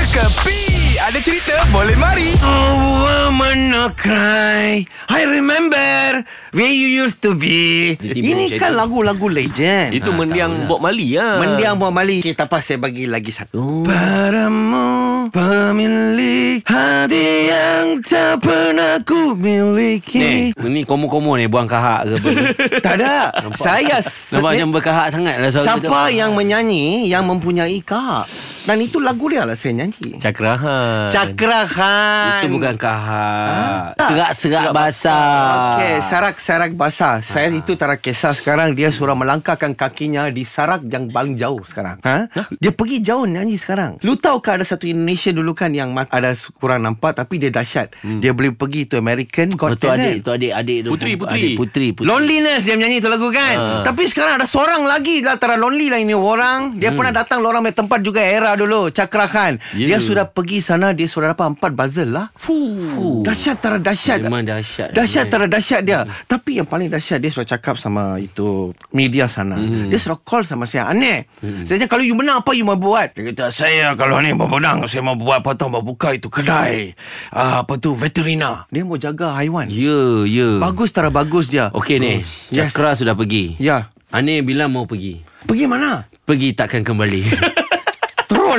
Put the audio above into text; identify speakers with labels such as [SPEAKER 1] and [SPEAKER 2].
[SPEAKER 1] Kepi Ada cerita boleh mari
[SPEAKER 2] Oh, woman, no cry. I remember where you used to be.
[SPEAKER 3] Dia timbul
[SPEAKER 2] Ini
[SPEAKER 3] macam
[SPEAKER 2] kan
[SPEAKER 3] itu.
[SPEAKER 2] lagu-lagu legend. Ha.
[SPEAKER 3] Itu ha, mendiang Bob Mali
[SPEAKER 2] Ah,
[SPEAKER 3] lah.
[SPEAKER 2] Mendiang Muhammad Ali. Okay, tak apa, saya bagi lagi satu.
[SPEAKER 3] Oh.
[SPEAKER 2] Padamu pemilik hati yang tak pernah ku
[SPEAKER 3] Ni,
[SPEAKER 2] miliki.
[SPEAKER 3] ni komo-komo ni buang kahak ke apa ni?
[SPEAKER 2] Tak ada. saya
[SPEAKER 3] Nampak
[SPEAKER 2] sedih-
[SPEAKER 3] macam berkahak sangat lah suara
[SPEAKER 2] Siapa yang menyanyi Yang mempunyai kak Dan itu lagu dia lah saya nyanyi
[SPEAKER 3] Cakrahan.
[SPEAKER 2] Cakra Khan
[SPEAKER 3] Itu bukan kahak.
[SPEAKER 2] Ha?
[SPEAKER 3] Ah, Serak-serak
[SPEAKER 2] Serak
[SPEAKER 3] basah. Ah.
[SPEAKER 2] Okey Sarak-sarak basah Saya itu tak kisah sekarang Dia suruh melangkahkan kakinya Di sarak yang paling jauh sekarang ha? Dia pergi jauh nyanyi sekarang Lu tahu ke ada satu Indonesia dulu kan Yang ma- ada kurang nampak Tapi dia dahsyat hmm. Dia boleh pergi to American
[SPEAKER 3] Oh,
[SPEAKER 2] Got
[SPEAKER 3] tu adik,
[SPEAKER 2] Talent
[SPEAKER 3] tu adik, adik tu.
[SPEAKER 4] Puteri, Puteri.
[SPEAKER 3] Adik puteri, puteri.
[SPEAKER 2] Loneliness dia menyanyi tu lagu kan
[SPEAKER 3] Ah.
[SPEAKER 2] Tapi sekarang ada seorang lagi lah Antara lonely lah ini orang Dia pernah datang Lorang punya tempat juga era dulu Cakra Khan
[SPEAKER 3] Hmm. Ya.
[SPEAKER 2] Dia sudah pergi sana Dia sudah dapat empat buzzer lah
[SPEAKER 3] Fuh.
[SPEAKER 2] Dahsyat antara dahsyat
[SPEAKER 3] Memang dahsyat.
[SPEAKER 2] Dahsyat
[SPEAKER 3] Memang.
[SPEAKER 2] antara dahsyat dia
[SPEAKER 3] Hmm.
[SPEAKER 2] Tapi yang paling dahsyat Dia sudah cakap sama itu Media sana
[SPEAKER 3] Hmm.
[SPEAKER 2] Dia sudah call sama saya Aneh Saya cakap kalau you menang Apa you mau buat Dia kata saya kalau ni mau menang Saya mau buat potong Mau buka itu kedai ah, Apa tu Veterina Dia mau jaga haiwan
[SPEAKER 3] Ya, ya.
[SPEAKER 2] Bagus tara bagus dia Hmm.
[SPEAKER 3] Okey ni.
[SPEAKER 2] Yes.
[SPEAKER 3] Cakra sudah pergi.
[SPEAKER 2] Ya
[SPEAKER 3] Ani bila mau pergi?
[SPEAKER 2] Pergi mana
[SPEAKER 3] Pergi takkan kembali.
[SPEAKER 2] Troll